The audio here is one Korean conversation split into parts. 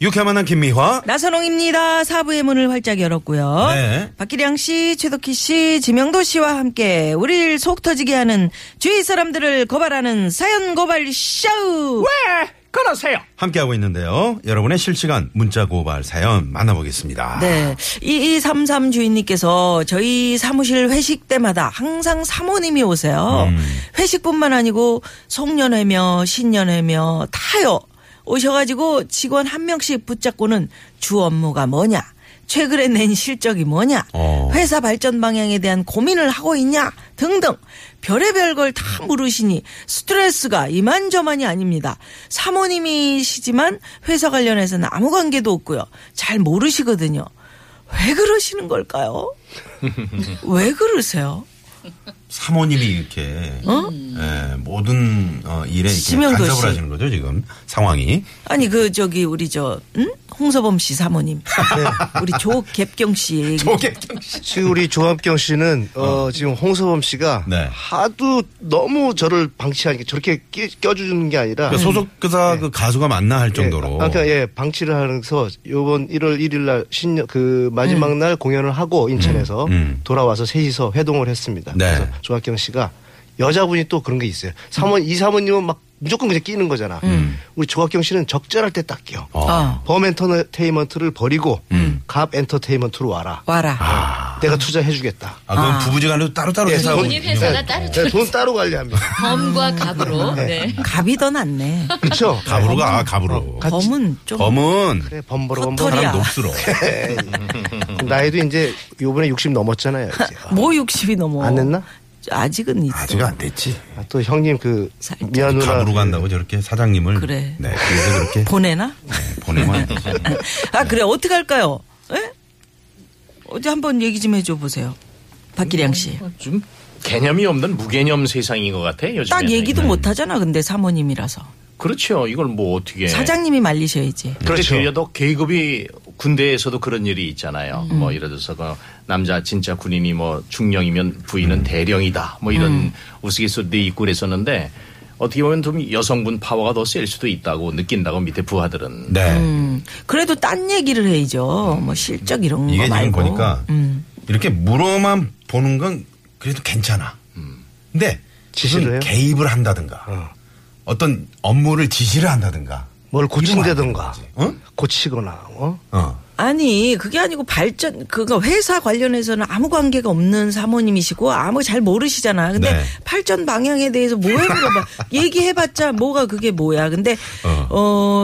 유쾌만한 어? 김미화. 나선홍입니다. 사부의 문을 활짝 열었고요. 네. 박기량 씨, 최덕희 씨, 지명도 씨와 함께 우릴 속 터지게 하는 주위 사람들을 고발하는 사연 고발 쇼! 그러세요. 함께하고 있는데요. 여러분의 실시간 문자 고발 사연 만나보겠습니다. 네. 2233 주인님께서 저희 사무실 회식 때마다 항상 사모님이 오세요. 회식뿐만 아니고 송년회며 신년회며 다요. 오셔가지고 직원 한 명씩 붙잡고는 주 업무가 뭐냐. 최근에 낸 실적이 뭐냐. 어. 회사 발전 방향에 대한 고민을 하고 있냐. 등등. 별의별 걸 다 물으시니 스트레스가 이만저만이 아닙니다. 사모님이시지만 회사 관련해서는 아무 관계도 없고요. 잘 모르시거든요. 왜 그러시는 걸까요? 왜 그러세요? 사모님이 이렇게 어? 예, 모든 어, 일에 이렇게 심영도 간섭을 씨. 하시는 거죠 지금 상황이. 아니 그 저기 우리 저 응? 홍서범 씨 사모님, 우리 조갭경 씨 얘기. 지금 우리 조합경 씨는 어, 지금 홍서범 씨가 네. 하도 너무 저를 방치하니까 저렇게 끼- 껴주는 게 아니라 그러니까 소속사 그 가수가 만나 할 정도로. 네. 예, 아까 예 방치를 하면서 요번 1월 1일 날 신년 그 마지막 날 공연을 하고 인천에서 음. 돌아와서 셋이서 회동을 했습니다. 네. 그래서 조학경 씨가 여자분이 또 그런 게 있어요. 사모님 이 사모님은 막 무조건 그냥 끼는 거잖아. 음. 우리 조학경 씨는 적절할 때 딱 끼어. 어. 음. 어, 범 엔터테인먼트를 버리고 갑 엔터테인먼트로 와라. 와라. 내가 투자해주겠다. 아, 그건 부부지간으로 따로따로 예, 회사하고. 돈- 본인 회사가 따로 네, 돈 따로 관리합니다. 범과 갑으로. 네. 갑이 더 낫네. 그렇죠. 가부로가 아, 가부로. 범은 어. 좀 범은 그래 범벌어 범벌. 털이야. 사람 녹슬어. 음. 나이도 이제 요번에 60 넘었잖아요. 이제. 뭐 60이 넘어. 안 냈나? 아직은 있어. 아직 안 됐지. 아, 또 형님 그 살짝 미아누라 가부로 간다고 저렇게 사장님을. 그래. 네. 그래서 그렇게 보내나? 보내면 안 되지. 아 그래 어떻게 할까요? 예? 어디 한번 얘기 좀 해줘 보세요. 박기량 씨. 좀 개념이 없는 무개념 세상인 것 같아 요즘. 딱 얘기도 못 하잖아. 근데 사모님이라서 그렇죠. 이걸 뭐 어떻게 사장님이 말리셔야지. 그렇죠. 예를 들어 계급이 군대에서도 그런 일이 있잖아요. 음. 뭐 예를 들어서 그 남자 진짜 군인이 뭐 중령이면 부인은 대령이다. 뭐 이런 음. 우스갯소리도 있고 그랬었는데 어떻게 보면 좀 여성분 파워가 더 셀 수도 있다고 느낀다고 밑에 부하들은. 네. 음, 그래도 딴 얘기를 해야죠. 뭐 실적 이런 이게 거 지금 말고. 보니까 이렇게 물어만 보는 건 그래도 괜찮아. 근데 지시를 무슨 해요? 개입을 한다든가 어. 떤 업무를 지시를 한다든가 뭘 고친다든가 이거 안 되는 고치거나 어? 어. 아니 그게 아니고 발전 그거 회사 관련해서는 아무 관계가 없는 사모님이시고 아무 잘 모르시잖아. 근데 네. 발전 방향에 대해서 뭐해 물어봐. 얘기해봤자 뭐가 그게 뭐야. 근데 어.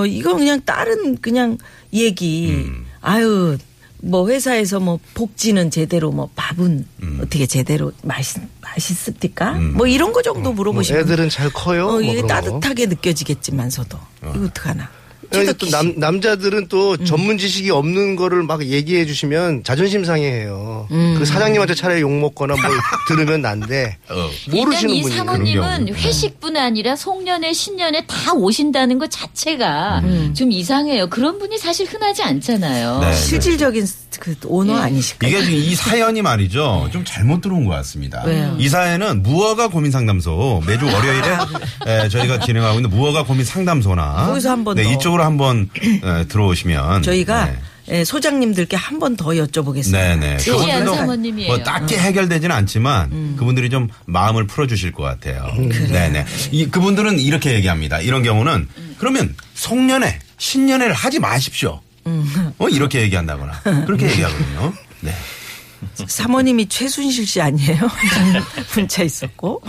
어, 이건 그냥 다른 그냥 얘기. 아유 뭐 회사에서 뭐 복지는 제대로 뭐 밥은 어떻게 제대로 맛있 맛있습니까? 뭐 이런 거 정도 뭐 물어보시면 애들은 잘 커요. 어, 뭐 이게 그런 거. 따뜻하게 느껴지겠지만서도 이거 어떡하나. 아니, 최덕희 또 씨. 남, 남자들은 또 전문 지식이 없는 거를 막 얘기해 주시면 자존심 상해해요. 그 사장님한테 차라리 욕 먹거나 뭘 들으면 난데 일단 모르시는 이 분이 사모님은 그런 경우. 회식뿐 아니라 송년회, 신년회 다 오신다는 것 자체가 좀 이상해요. 그런 분이 사실 흔하지 않잖아요. 네. 실질적인 그 오너 아니실까? 음. 네. 이게 지금 이 사연이 말이죠. 좀 잘못 들어온 것 같습니다. 왜요? 이 사연은 무허가 고민 상담소 매주 월요일에 예, 저희가 진행하고 있는 무허가 고민 상담소나 아, 네. 거기서 한번 네, 더. 이쪽으로 한번 예, 들어오시면 저희가 네. 예, 소장님들께 한 번 더 여쭤보겠습니다. 네네. 특이한 그분들도 사모님이에요. 뭐 딱히 해결되진 않지만 음. 그분들이 좀 마음을 풀어주실 것 같아요. 네네. 이 그분들은 이렇게 얘기합니다. 이런 경우는 음. 그러면 송년회, 신년회를 하지 마십시오. 음. 어 이렇게 얘기한다거나 그렇게 얘기하거든요. 네. 음. 사모님이 최순실 씨 아니에요? 문자 있었고.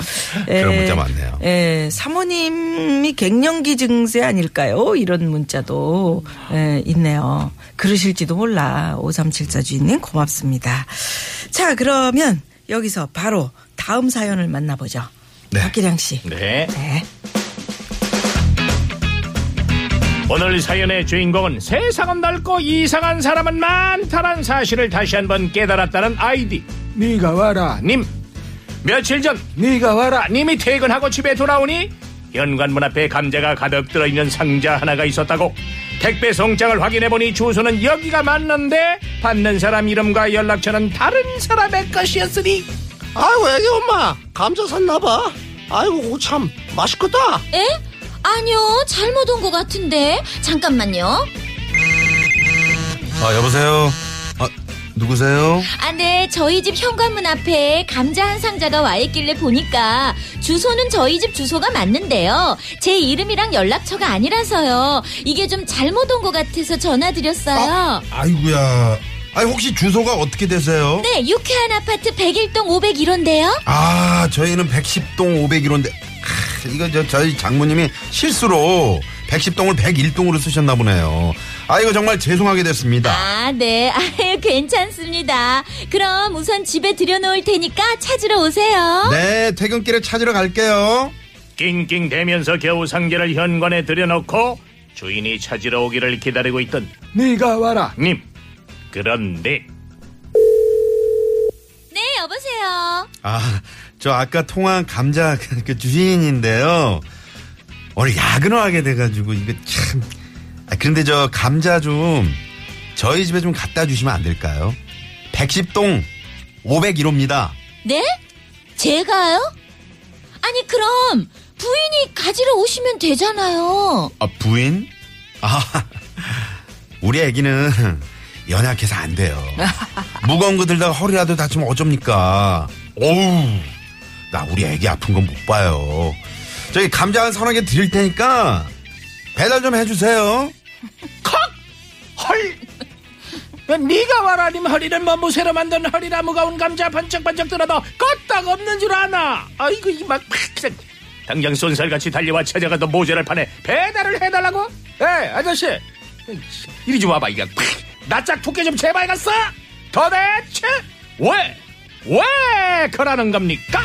그런 문자 많네요. 예, 사모님이 갱년기 증세 아닐까요? 이런 문자도 예, 있네요. 그러실지도 몰라. 5374 주인님 고맙습니다. 자, 그러면 여기서 바로 다음 사연을 만나보죠. 네. 박기량 씨. 네. 네. 오늘 사연의 주인공은 세상은 넓고 이상한 사람은 많다란 사실을 다시 한번 깨달았다는 아이디 네가 와라 님 며칠 전 네가 와라 님이 퇴근하고 집에 돌아오니 현관문 앞에 감자가 가득 들어있는 상자 하나가 있었다고 택배 송장을 확인해보니 주소는 여기가 맞는데 받는 사람 이름과 연락처는 다른 사람의 것이었으니 아이고 애기 엄마 감자 샀나봐 아이고 참 맛있겠다 에? 아니요, 잘못 온 것 같은데. 잠깐만요. 아, 여보세요? 아, 누구세요? 아, 네, 저희 집 현관문 앞에 감자 한 상자가 와 있길래 보니까 주소는 저희 집 주소가 맞는데요. 제 이름이랑 연락처가 아니라서요. 이게 좀 잘못 온 것 같아서 전화드렸어요. 아이고야. 아니, 혹시 주소가 어떻게 되세요? 네, 유쾌한 아파트 101동 501호인데요. 아, 저희는 110동 501호인데, 이거 저, 저희 장모님이 실수로 110동을 101동으로 쓰셨나 보네요. 아, 이거 정말 죄송하게 됐습니다. 아, 네. 아유, 괜찮습니다. 그럼 우선 집에 들여놓을 테니까 찾으러 오세요. 네, 퇴근길에 찾으러 갈게요. 낑낑대면서 겨우 상자를 현관에 들여놓고 주인이 찾으러 오기를 기다리고 있던 네가 와라 님 그런데 네, 여보세요. 아, 저 아까 통화한 감자 그 주인인데요. 오늘 야근을 하게 돼가지고, 이거 참. 아, 그런데 저 감자 좀 저희 집에 좀 갖다 주시면 안 될까요? 110동 501호입니다. 네? 제가요? 아니, 그럼 부인이 가지러 오시면 되잖아요. 아, 부인? 아, 우리 애기는 연약해서 안 돼요. 무거운 거 들다가 허리라도 다치면 어쩝니까? 어우, 나 우리 애기 아픈 건 못 봐요. 저기 감자 한 서너 개 드릴 테니까 배달 좀 해주세요. 헐 네가 와라 님 허리는 뭐 무쇠로 만든 허리라 무거운 감자 번쩍번쩍 들어도 껐다가 없는 줄 아나 아이고 이막 당장 쏜살같이 달려와 찾아가던 모자를 파네 배달을 해달라고? 에 아저씨 이리 좀 와봐 이거 낯짝 두께 좀 제발 갔어 도대체 왜? 왜 그러는 겁니까?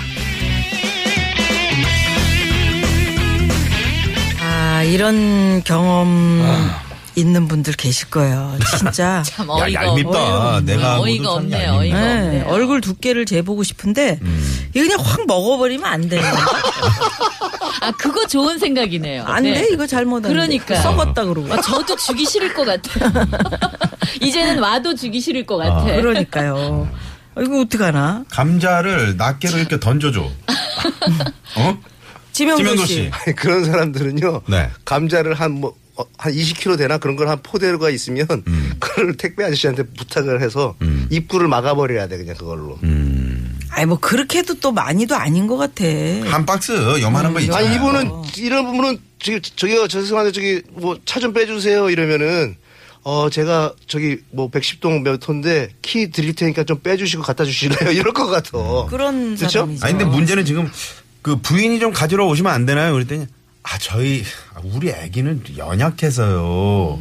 아, 이런 경험 아. 있는 분들 계실 거예요. 진짜. 참 야, 어이가 얄밉다. 없네요. 내가 아무도 어이가 참 없네, 얄밉다. 음. 어이가 네, 없네. 얼굴 두께를 재보고 싶은데 이거 그냥 확 먹어버리면 안 돼요. 아, 그거 좋은 생각이네요. 안 네. 돼 이거 잘못 안 그러니까요. 돼. 썩었다 그러고. 아, 저도 주기 싫을 것 같아요. 이제는 와도 주기 싫을 것 같아. 그러니까요. 이거 어떡하나? 감자를 낱개로 이렇게 던져줘. 어? 지명도, 지명도 씨. 씨. 아니, 그런 사람들은요 네. 감자를 한 뭐 한 20kg 되나 그런 걸 한 포대로가 있으면 그걸 택배 아저씨한테 부탁을 해서 입구를 막아버려야 돼 그냥 그걸로 아니 뭐 그렇게도 또 많이도 아닌 것 같아. 한 박스 염하는 음, 거 어, 있잖아요. 아니 이분은 어. 이런 부분은 저기 저기요 저 죄송한데 저기 뭐 차 좀 빼주세요 이러면은 어 제가 저기 뭐 110동 몇 호인데 키 드릴 테니까 좀 빼주시고 갖다 주실래요 이럴 것 같아. 그렇죠? 그런 그쵸? 사람이죠. 아니, 근데 문제는 지금 그 부인이 좀 가지러 오시면 안 되나요? 그랬더니 아 저희 우리 애기는 연약해서요.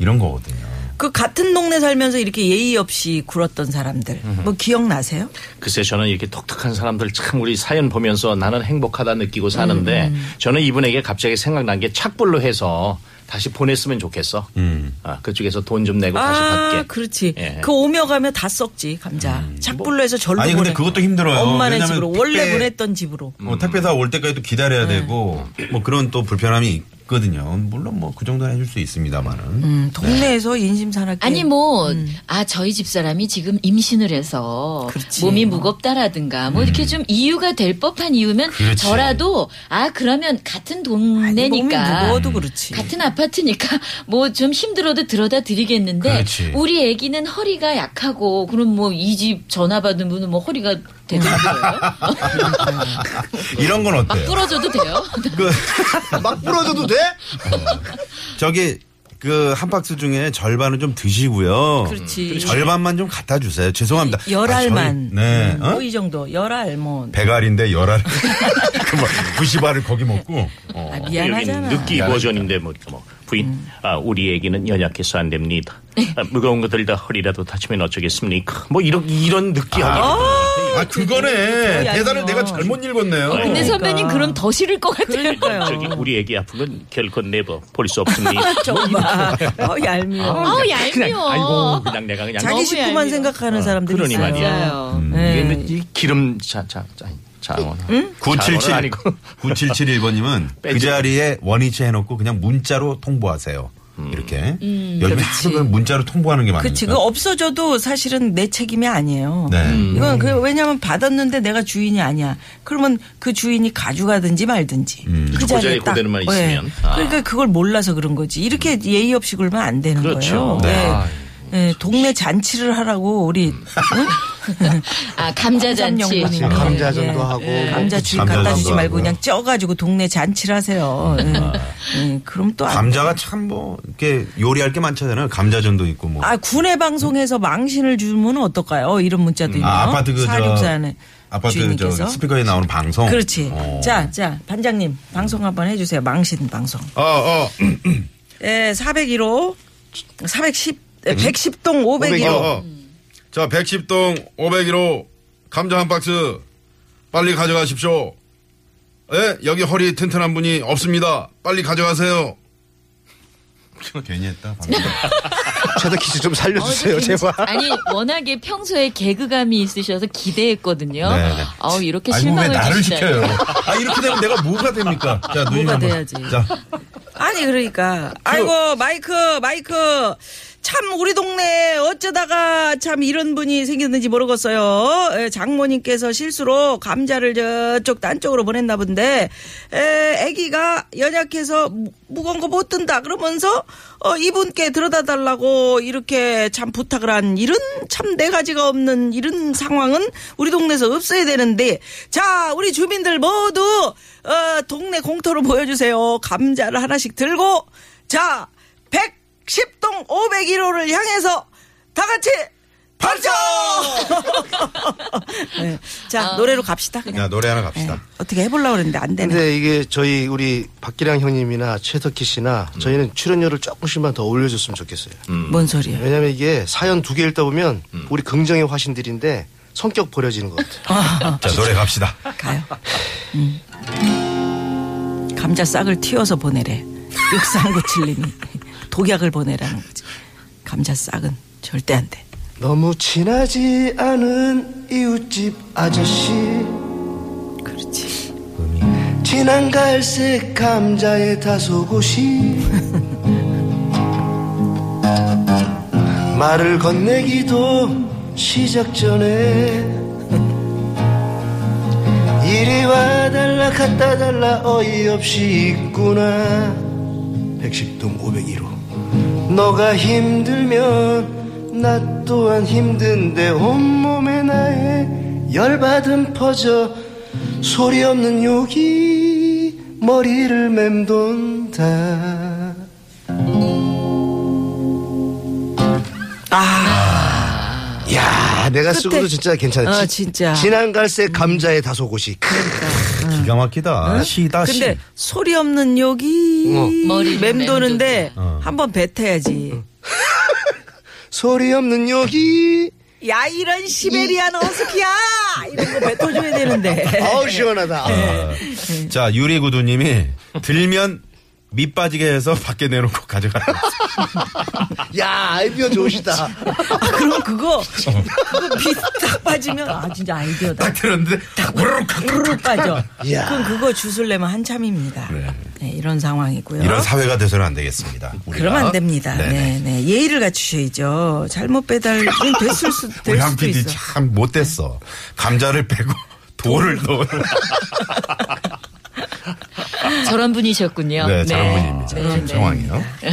이런 거거든요. 그 같은 동네 살면서 이렇게 예의 없이 굴었던 사람들 뭐 기억나세요? 글쎄 저는 이렇게 독특한 사람들 참 우리 사연 보면서 나는 행복하다 느끼고 사는데 저는 이분에게 갑자기 생각난 게 착불로 해서 다시 보냈으면 좋겠어. 음. 아, 그쪽에서 돈 좀 내고 다시 아! 받게. 그렇지. 예. 음. 그 오며 가며 다 썩지 감자. 착불로 해서 절로 아니, 근데 보내. 그것도 힘들어요. 엄마네 왜냐면 집으로 원래 택배- 보냈던 집으로. 뭐 택배사 올 때까지 또 기다려야 네. 되고 뭐 그런 또 불편함이 있거든요. 물론 뭐 그 정도는 해줄 수 있습니다만은. 음, 동네에서 인심 산악기. 아니 뭐 아 저희 집 사람이 지금 임신을 해서 그렇지. 음. 몸이 무겁다라든가 뭐 이렇게 좀 이유가 될 법한 이유면 그렇지. 저라도 아 그러면 같은 아니, 몸이 동네니까 무거워도 그렇지. 같은 아파트니까 뭐 좀 힘들어도 들어다 드리겠는데 그렇지. 우리 애기는 허리가 약하고 그럼 뭐 이 집 전화 받은 분은 뭐 허리가 네. 되더라고요. 네. 이런 건 막 어때요? 부러져도 돼요. 그 막 부러져도 돼? 저기 그 한 박스 중에 절반은 좀 드시고요. 그렇지. 절반만 좀 갖다 주세요. 죄송합니다. 열알만. 아, 저희- 네. 음, 어? 뭐이 정도. 열알 뭐. 배갈인데 열알. 그뭐 90알을 거기 먹고. 어. 아, 미안하잖아. 여긴 느끼 버전인데 뭐, 뭐 부인 아, 우리 애기는 연약해서 안 됩니다. 아, 무거운 것들 다 허리라도 다치면 어쩌겠습니까? 뭐 이런 이런 느끼하게. 아, 그거네. 거의 대사를 아니면. 내가 잘못 읽었네요. 근데 그러니까. 선배님 그럼 더 싫을 것 같아요. 그러니까요. 저기 우리 애기 아픈 건 결코 네버 볼 수 없습니다. 뭐 정말. 어, 얄미워. 아우 그냥 얄미워. 아이고 그냥 내가 그냥 자기 너무 식구만 얄미워. 생각하는 어, 사람들이 그러니 있어요. 말이야. 맞아요. 네. 이게 뭐이 기름 자자 자. 자원. 977 자원은 아니고 9771번님은 그 빼지. 자리에 원위치 해놓고 그냥 문자로 통보하세요. 이렇게. 요즘에 음. 그렇지. 하루 문자로 통보하는 게 많으니까. 그치. 그 없어져도 사실은 내 책임이 아니에요. 네. 음. 이건 그 왜냐하면 받았는데 내가 주인이 아니야. 그러면 그 주인이 가져가든지 말든지 음. 그 그쵸, 그 자리에 자리에 딱. 그대로만 예. 네. 있으면. 아. 그러니까 그걸 몰라서 그런 거지. 이렇게 음. 예의 없이 굴면 안 되는 그렇죠. 거예요. 네. 예. 아, 예, 동네 잔치를 하라고 우리 음. 아 감자잔치. 삼삼영님. 감자전도 예. 하고 예. 감자칩 감자전도 갖다 주지 하고요. 음. 아, 말고 그냥 쪄가지고 동네 잔치를 하세요. 예. 예, 그럼 또 안. 감자가 참 뭐 이렇게 요리할 게 많잖아요. 감자전도 있고 뭐. 아 군의 방송에서 망신을 주면 어떨까요? 이런 문자도 있네요. 아, 아파트 그 저- 사육산에 아파트 저 주인님께서. 스피커에 나오는 방송. 그렇지. 어. 자, 자, 반장님, 방송 한번 해주세요. 망신 방송. 어, 어. 예, 401호, 410, 110동 501호. 어, 어. 자, 110동 501호 감자 한 박스 빨리 가져가십시오. 예, 여기 허리 튼튼한 분이 없습니다. 빨리 가져가세요. 괜히 했다. 방금. 최다 키스 좀 살려주세요 제발. 어, 아니 워낙에 평소에 개그감이 있으셔서 기대했거든요. 네, 네. 아우 이렇게 아니, 뭐왜 실망을 나를 주시다니. 시켜요? 아, 이렇게 되면 내가 뭐가 됩니까? 자, 누님 뭐가 한번. 돼야지. 자, 아니 그러니까 아이고 마이크 마이크 참 우리 동네에 어쩌다가 참 이런 분이 생겼는지 모르겠어요. 예, 장모님께서 실수로 감자를 저쪽 딴 쪽으로 보냈나 본데 에, 애기가 연약해서 무- 무거운 거 못 든다 그러면서 어, 이분께 들어다 달라고 이렇게 참 부탁을 한 이런 참 네 가지가 없는 이런 상황은 우리 동네에서 없어야 되는데 자 우리 주민들 모두 어, 동네 공터로 모여주세요 감자를 하나씩 들고 자 110동 501호를 향해서 다 같이 발전! 네, 자 노래로 갑시다 그냥 야, 노래 하나 갑시다. 어떻게 해보려고 그랬는데 안 되네 근데 이게 저희 우리 박기량 형님이나 최덕희 씨나 음. 저희는 출연료를 조금씩만 더 올려줬으면 좋겠어요. 뭔 소리야 왜냐면 이게 사연 두 개 읽다 보면 음. 우리 긍정의 화신들인데 성격 버려지는 것 같아요. 자, 노래 갑시다. 가요. 음. 감자 싹을 튀어서 보내래. 6397님이 독약을 보내라는 거지. 감자 싹은 절대 안 돼. 너무 친하지 않은 이웃집 아저씨 그렇지. 진한 갈색 감자의 다소곳이 말을 건네기도 시작 전에 이리 와 달라 갔다 달라 어이없이 있구나 110동 501호 너가 힘들면 나 또한 힘든데 온몸에 나의 열받음 퍼져 소리 없는 욕이 머리를 맴돈다 아, 야 내가 쓰고도 진짜 괜찮아 어, 지- 진짜. 그러니까. 진한 갈색 감자의 다소곳이 기가 막히다. 시다, 시. 어? 근데 소리 없는 욕이 어. 머리를 맴도는데 한번 뱉어야지. 소리 없는 욕이 야 이런 시베리안 어스키야 이런 거 뱉어줘야 되는데. 네. 아우 시원하다 자, 유리구두님이 들면 밑 빠지게 해서 밖에 내놓고 가져가라. 야 아이디어 좋으시다 아, 그럼 그거 그거 비딱 빠지면 아 진짜 아이디어다. 딱 들었는데 딱 우르륵 우르르 빠져. 이야. 그럼 그거 주술래면 한참입니다. 네. 네. 이런 상황이고요. 이런 사회가 돼서는 안 되겠습니다. 우리가. 그러면 안 됩니다. 네네. 네, 네. 예의를 갖추셔야죠. 잘못 배달은 됐을 수, 우리 될 한 수도 PD 있어. 참 못됐어. 감자를 빼고 돌을 넣어. 저런 분이셨군요. 네, 저런 분입니다. 네, 지금 네. 상황이요. 네.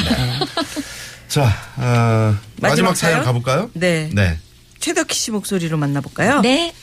자, 어, 마지막 마지막 사연 사연? 가볼까요? 네. 네. 최덕희 씨 목소리로 만나볼까요? 네.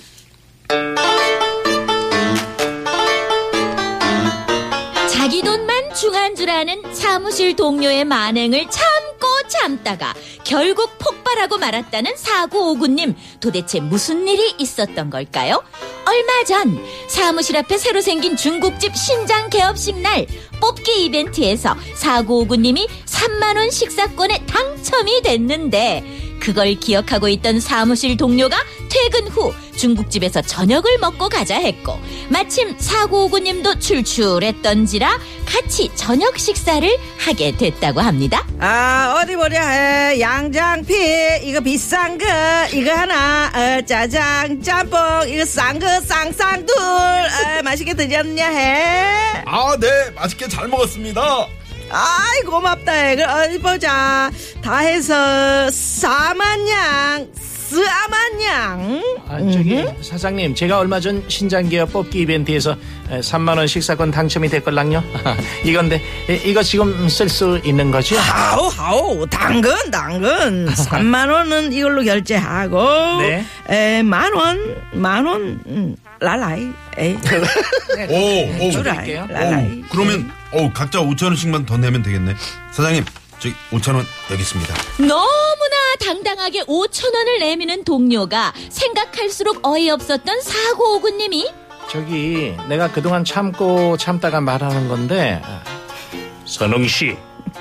자기 돈만 중한 줄 아는 사무실 동료의 만행을 참고 참다가 결국 폭발하고 말았다는 사고 오구님 도대체 무슨 일이 있었던 걸까요? 얼마 전 사무실 앞에 새로 생긴 중국집 신장 개업식 날 뽑기 이벤트에서 사고 오구님이 3만 원 식사권에 당첨이 됐는데 그걸 기억하고 있던 사무실 동료가 퇴근 퇴근 후 중국집에서 저녁을 먹고 가자 했고 마침 사고오구님도 출출했던지라 같이 저녁 식사를 하게 됐다고 합니다. 아 어디 보자 에, 양장피 이거 비싼 거 이거 하나 어, 짜장 짬뽕 이거 싼 거 쌍쌍둘 어, 맛있게 드셨냐 해 아, 네. 맛있게 잘 먹었습니다. 아이 고맙다 해 그럼 어디 보자 다 해서 사만냥 쓰아만냥 아, 저기 사장님 제가 얼마 전 신장기업 뽑기 이벤트에서 에, 3만 원 식사권 당첨이 됐걸랑요. 이건데 에, 이거 지금 쓸 수 있는 거죠? 하오 하오 당근 당근 3만 원은 이걸로 결제하고 네. 에, 만 원, 만 원 음, 랄라이 에이 네, 오, 오. 쭈라이 드릴게요. 랄라이 오, 그러면 어 각자 5천 원씩만 더 내면 되겠네. 사장님, 저기 5천 원 여기 있습니다. 너무나 당당하게 5천 원을 내미는 동료가 생각할수록 어이없었던 사고오구님이 저기 내가 그동안 참고 참다가 말하는 건데 선웅 씨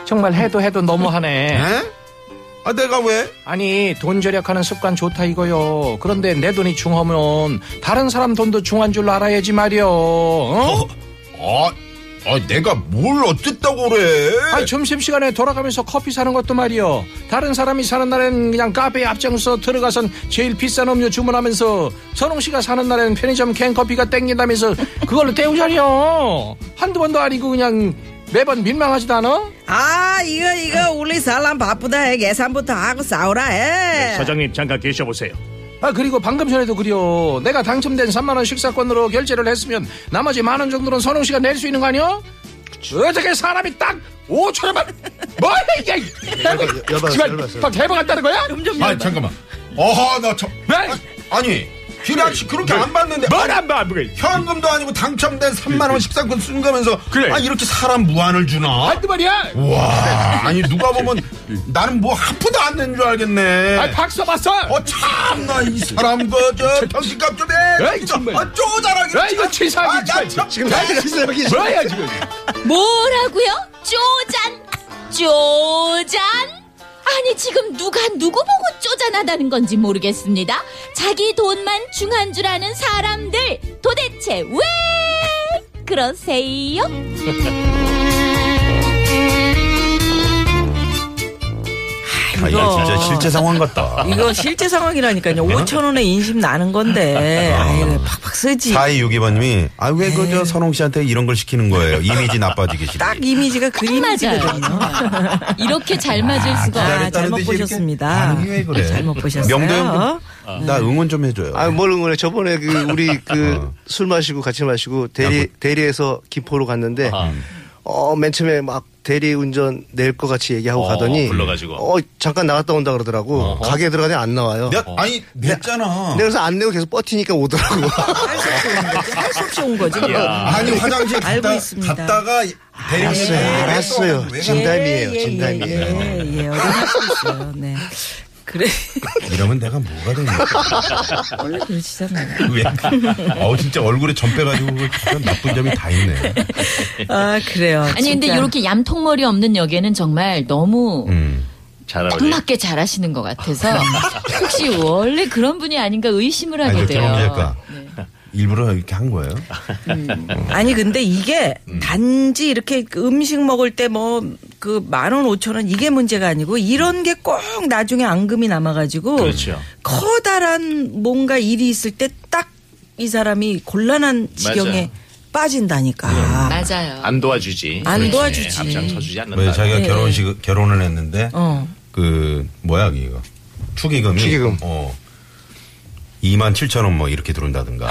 정말 해도 해도 너무하네. 에? 아, 내가 왜? 아니 돈 절약하는 습관 좋다 이거요. 그런데 내 돈이 중하면 다른 사람 돈도 중한 줄 알아야지 말이요. 어? 아, 아 내가 뭘 어쨌다고 그래? 아니 점심시간에 돌아가면서 커피 사는 것도 말이요 다른 사람이 사는 날엔 그냥 카페에 앞장서 들어가선 제일 비싼 음료 주문하면서 선홍씨가 사는 날엔 편의점 캔커피가 땡긴다면서 그걸로 때우자려 한두 번도 아니고 그냥 매번 민망하지도 않아? 아 이거 이거 우리 사람 바쁘다 해 계산부터 하고 싸우라 네. 해 사장님 잠깐 계셔보세요 아 그리고 방금 전에도 그래요 내가 당첨된 3만원 식사권으로 결제를 했으면 나머지 만 원 정도는 선홍씨가 낼 수 있는 거 아니야? 어떻게 사람이 딱 5천원만 뭐 이게 아, 열받- 열받았어, 지금 열받았어. 막 개봉한다는 거야? 아, 잠깐만. 어허, 나 저. 아, 아니, 기량 씨 그렇게 안 봤는데. 뭘안 봐, 그래. 현금도 아니고 당첨된 3만 원 식사권 쓴 거면서 그래. 아 이렇게 사람 무한을 주나? 한두 말이야. 와 아니 누가 보면 나는 뭐 하프도 안 낸 줄 알겠네. 아, 박수 봤어. 어 참나 이 사람 그저 정신값 좀 해. 에이, 정말. 아 쪼자라기. 야, 이거 치사하게 치사해. 지금 난리가 있어요 여기 지금. 뭐야 지금? 뭐라고요? 쪼잔? 쪼잔? 아니 지금 누가 누구 보고 쪼잔하다는 건지 모르겠습니다. 자기 돈만 중한 줄 아는 사람들 도대체 왜 그러세요? 아, 이거 진짜 실제 상황 네? 같다. 이거 실제 상황이라니까요. 5천 원에 인심 나는 건데 아유, 팍팍 쓰지. 네. 4262번님이 아 왜 그 저 선홍 씨한테 이런 걸 시키는 거예요? 이미지 나빠지기 싫어. 딱 이미지가 그 이미지거든요. 이렇게 잘 맞을 수가. 아, 잘못 보셨습니다. 반응이 왜 그래? 잘못 뭐 보셨어요. 명도형 좀, 나 응원 좀 해줘요. 어. 아, 뭘 응원해. 저번에 그, 우리 그, 술 마시고 같이 마시고, 뭐. 대리, 대리에서 김포로 갔는데, 아. 어, 맨 처음에 막 대리 운전 낼 것 같이 얘기하고 어, 가더니, 불러가지고. 어, 잠깐 나갔다 온다 그러더라고. 가게에 들어가니 안 나와요. 내가, 아니 냈잖아. 내가 그래서 안 내고 계속 버티니까 오더라고. 할 수 없이 온 거죠. 아니 화장실 알고 갔다, 있습니다. 갔다가 대리님 알았어요. 알았어요. 예, 진담이에요. 진담이에요. 예, 예, 예. 어른할 수 있어요. 네. 그래. 이러면 내가 뭐가 되는 거야? 원래 그러시잖아요. 왜? 어우 진짜 얼굴에 점 빼가지고 그런 나쁜 점이 다 있네. 아, 그래요. 아니 근데 진짜. 이렇게 얌통머리 없는 역에는 정말 너무 음. 딱 맞게 잘하시는 것 같아서 혹시 원래 그런 분이 아닌가 의심을 하게 아니 돼요. 정작가 네. 일부러 이렇게 한 거예요? 음. 음. 아니 근데 이게 음. 단지 이렇게 그 음식 먹을 때 뭐 그 만 원 오천 원 이게 문제가 아니고 이런 게 꼭 나중에 앙금이 남아가지고 그렇죠. 커다란 뭔가 일이 있을 때 딱 이 사람이 곤란한 지경에 맞아요. 빠진다니까. 맞아요. 안 도와주지. 안 그렇지. 도와주지. 앞장서주지 않는다. 왜 자기가 네. 결혼식 결혼을 했는데 어. 그 뭐야 이거 축의금이 축의금. 어 2만 7천 원 뭐 이렇게 들어온다든가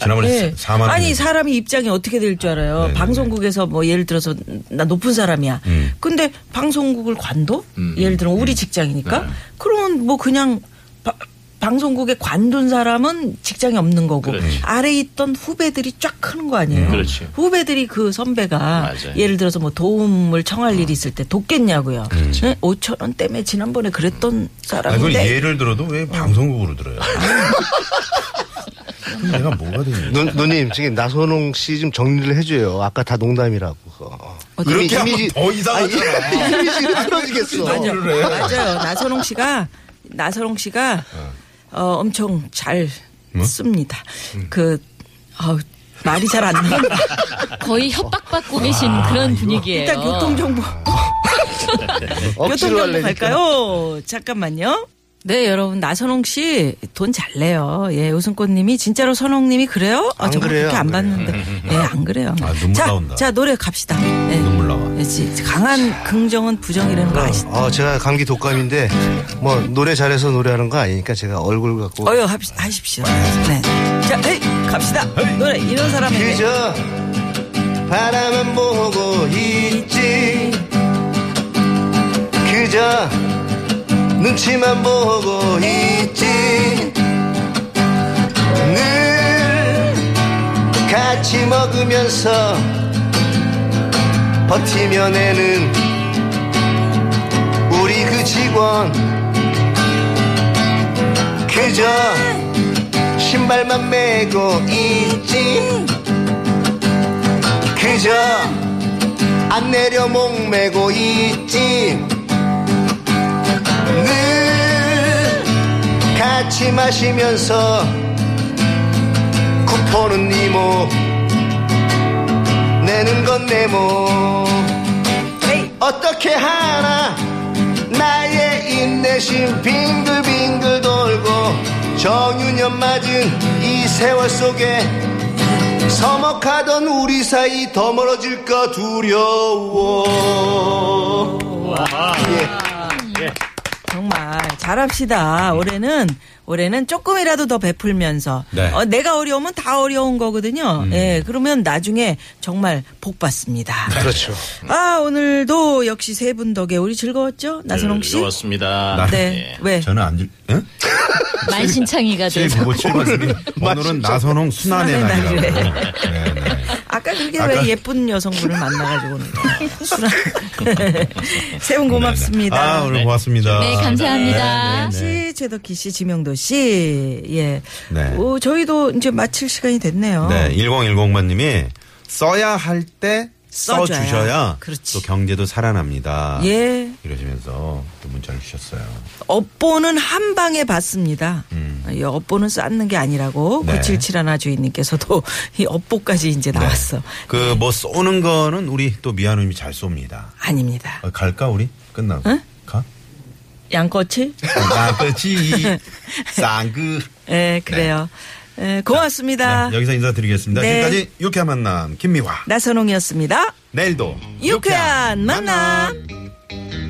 지난번에 예. 4만 원 아니 사람이 입장이 어떻게 될 줄 알아요. 네네네. 방송국에서 뭐 예를 들어서 나 높은 사람이야. 음. 근데 방송국을 관둬? 음, 예를 들어 우리 직장이니까. 네. 그러면 뭐 그냥 바- 방송국에 관둔 사람은 직장이 없는 거고 그렇지. 아래 에 있던 후배들이 쫙 크는 거 음. 아니에요. 그렇죠. 음. 그렇지. 후배들이 그 선배가 그렇죠. 맞아요. 어. 예를 들어서 뭐 도움을 청할 일이 있을 때 돕겠냐고요. 그렇죠. 네? 5천 원 때문에 지난번에 그랬던 아니, 그걸 사람인데 예를 들어도 왜 방송국으로 들어요? 그럼 내가 뭐가 되니? 누, 누님, 지금 나선홍 씨 좀 정리를 해줘요. 아까 다 농담이라고. 어. 그렇게 하면 더 그러니까 이상하잖아. 아니, 이미지를 틀어지겠어. 맞아. 맞아요. 맞아요. 나선홍 씨가 나선홍 씨가 어, 엄청 잘 뭐? 씁니다. 음. 그 아우, 말이 잘 안 나. 거의 아, 협박받고 계신 그런 분위기예요. 일단 교통 정보. 억지로 교통 정보 하려니까. 갈까요? 잠깐만요. 네, 여러분 나선홍 씨 돈 잘 내요. 예, 우승꽃님이 진짜로 선홍님이 그래요? 아, 안 저는 그래요, 그렇게 안 안 봤는데. 예, 안 그래요. 아, 눈물 자, 나온다. 자 노래 갑시다. 예. 눈물 나와. 예, 지- 강한 긍정은 부정이라는 거 아시죠? 어, 아, 제가 감기 독감인데 뭐 노래 잘해서 노래하는 거 아니니까 제가 얼굴 갖고 어여 합시, 하십시오. 네. 자, 에이, 갑시다. 노래 이런 사람에게 그저 바라만 보고 있지 그저 눈치만 보고 있지 늘 같이 먹으면서 버티면내는 우리 그 직원 그저 신발만 메고 있지 그저 안 내려 목매고 있지 늘 같이 마시면서 쿠폰은 니모 내는 건 네모 어떻게 하나 나의 인내심 빙글빙글 돌고 정유년 맞은 이 세월 속에 서먹하던 우리 사이 더 멀어질까 두려워 예. 예. 정말 잘합시다. 올해는 올해는 조금이라도 더 베풀면서 네. 어, 내가 어려우면 다 어려운 거거든요. 예, 그러면 나중에 정말 복 받습니다. 그렇죠 아 오늘도 역시 세 분 덕에 우리 즐거웠죠? 나선홍 네, 씨. 좋았습니다. 네. 왜? 저는 안 줄. 응? 만신창이가 제일 돼서. 무거운 오늘은, 오늘은 나선홍 순환의 순환의 날이라고. 날이래. 네, 네. 아까 그렇게 아까- 왜 예쁜 여성분을 만나가지고 오늘 순한 세분 고맙습니다. 네, 아 오늘 고맙습니다. 네, 감사합니다. 씨, 최덕희 씨, 지명도 씨. 예. 네. 오, 저희도 이제 마칠 시간이 됐네요. 네, 1010번님이 써야 할 때 써줘야. 써주셔야 그렇지. 또 경제도 살아납니다. 예. 이러시면서 또 문자를 주셨어요. 업보는 한 방에 받습니다. 이 업보는 쌓는 게 아니라고 음. 네. 9771 주인님께서도 이 업보까지 이제 나왔어. 그 네. 뭐 쏘는 거는 우리 또 미아누님이 잘 쏩니다. 아닙니다. 어, 갈까 우리 끝나고 가? 양꼬치? 나그지 쌍그 예, 그래요. 예, 고맙습니다. 네, 여기서 인사드리겠습니다. 네. 지금까지 유쾌한 만남 김미화 나선홍이었습니다. 내일도 유쾌한 만남. 만남.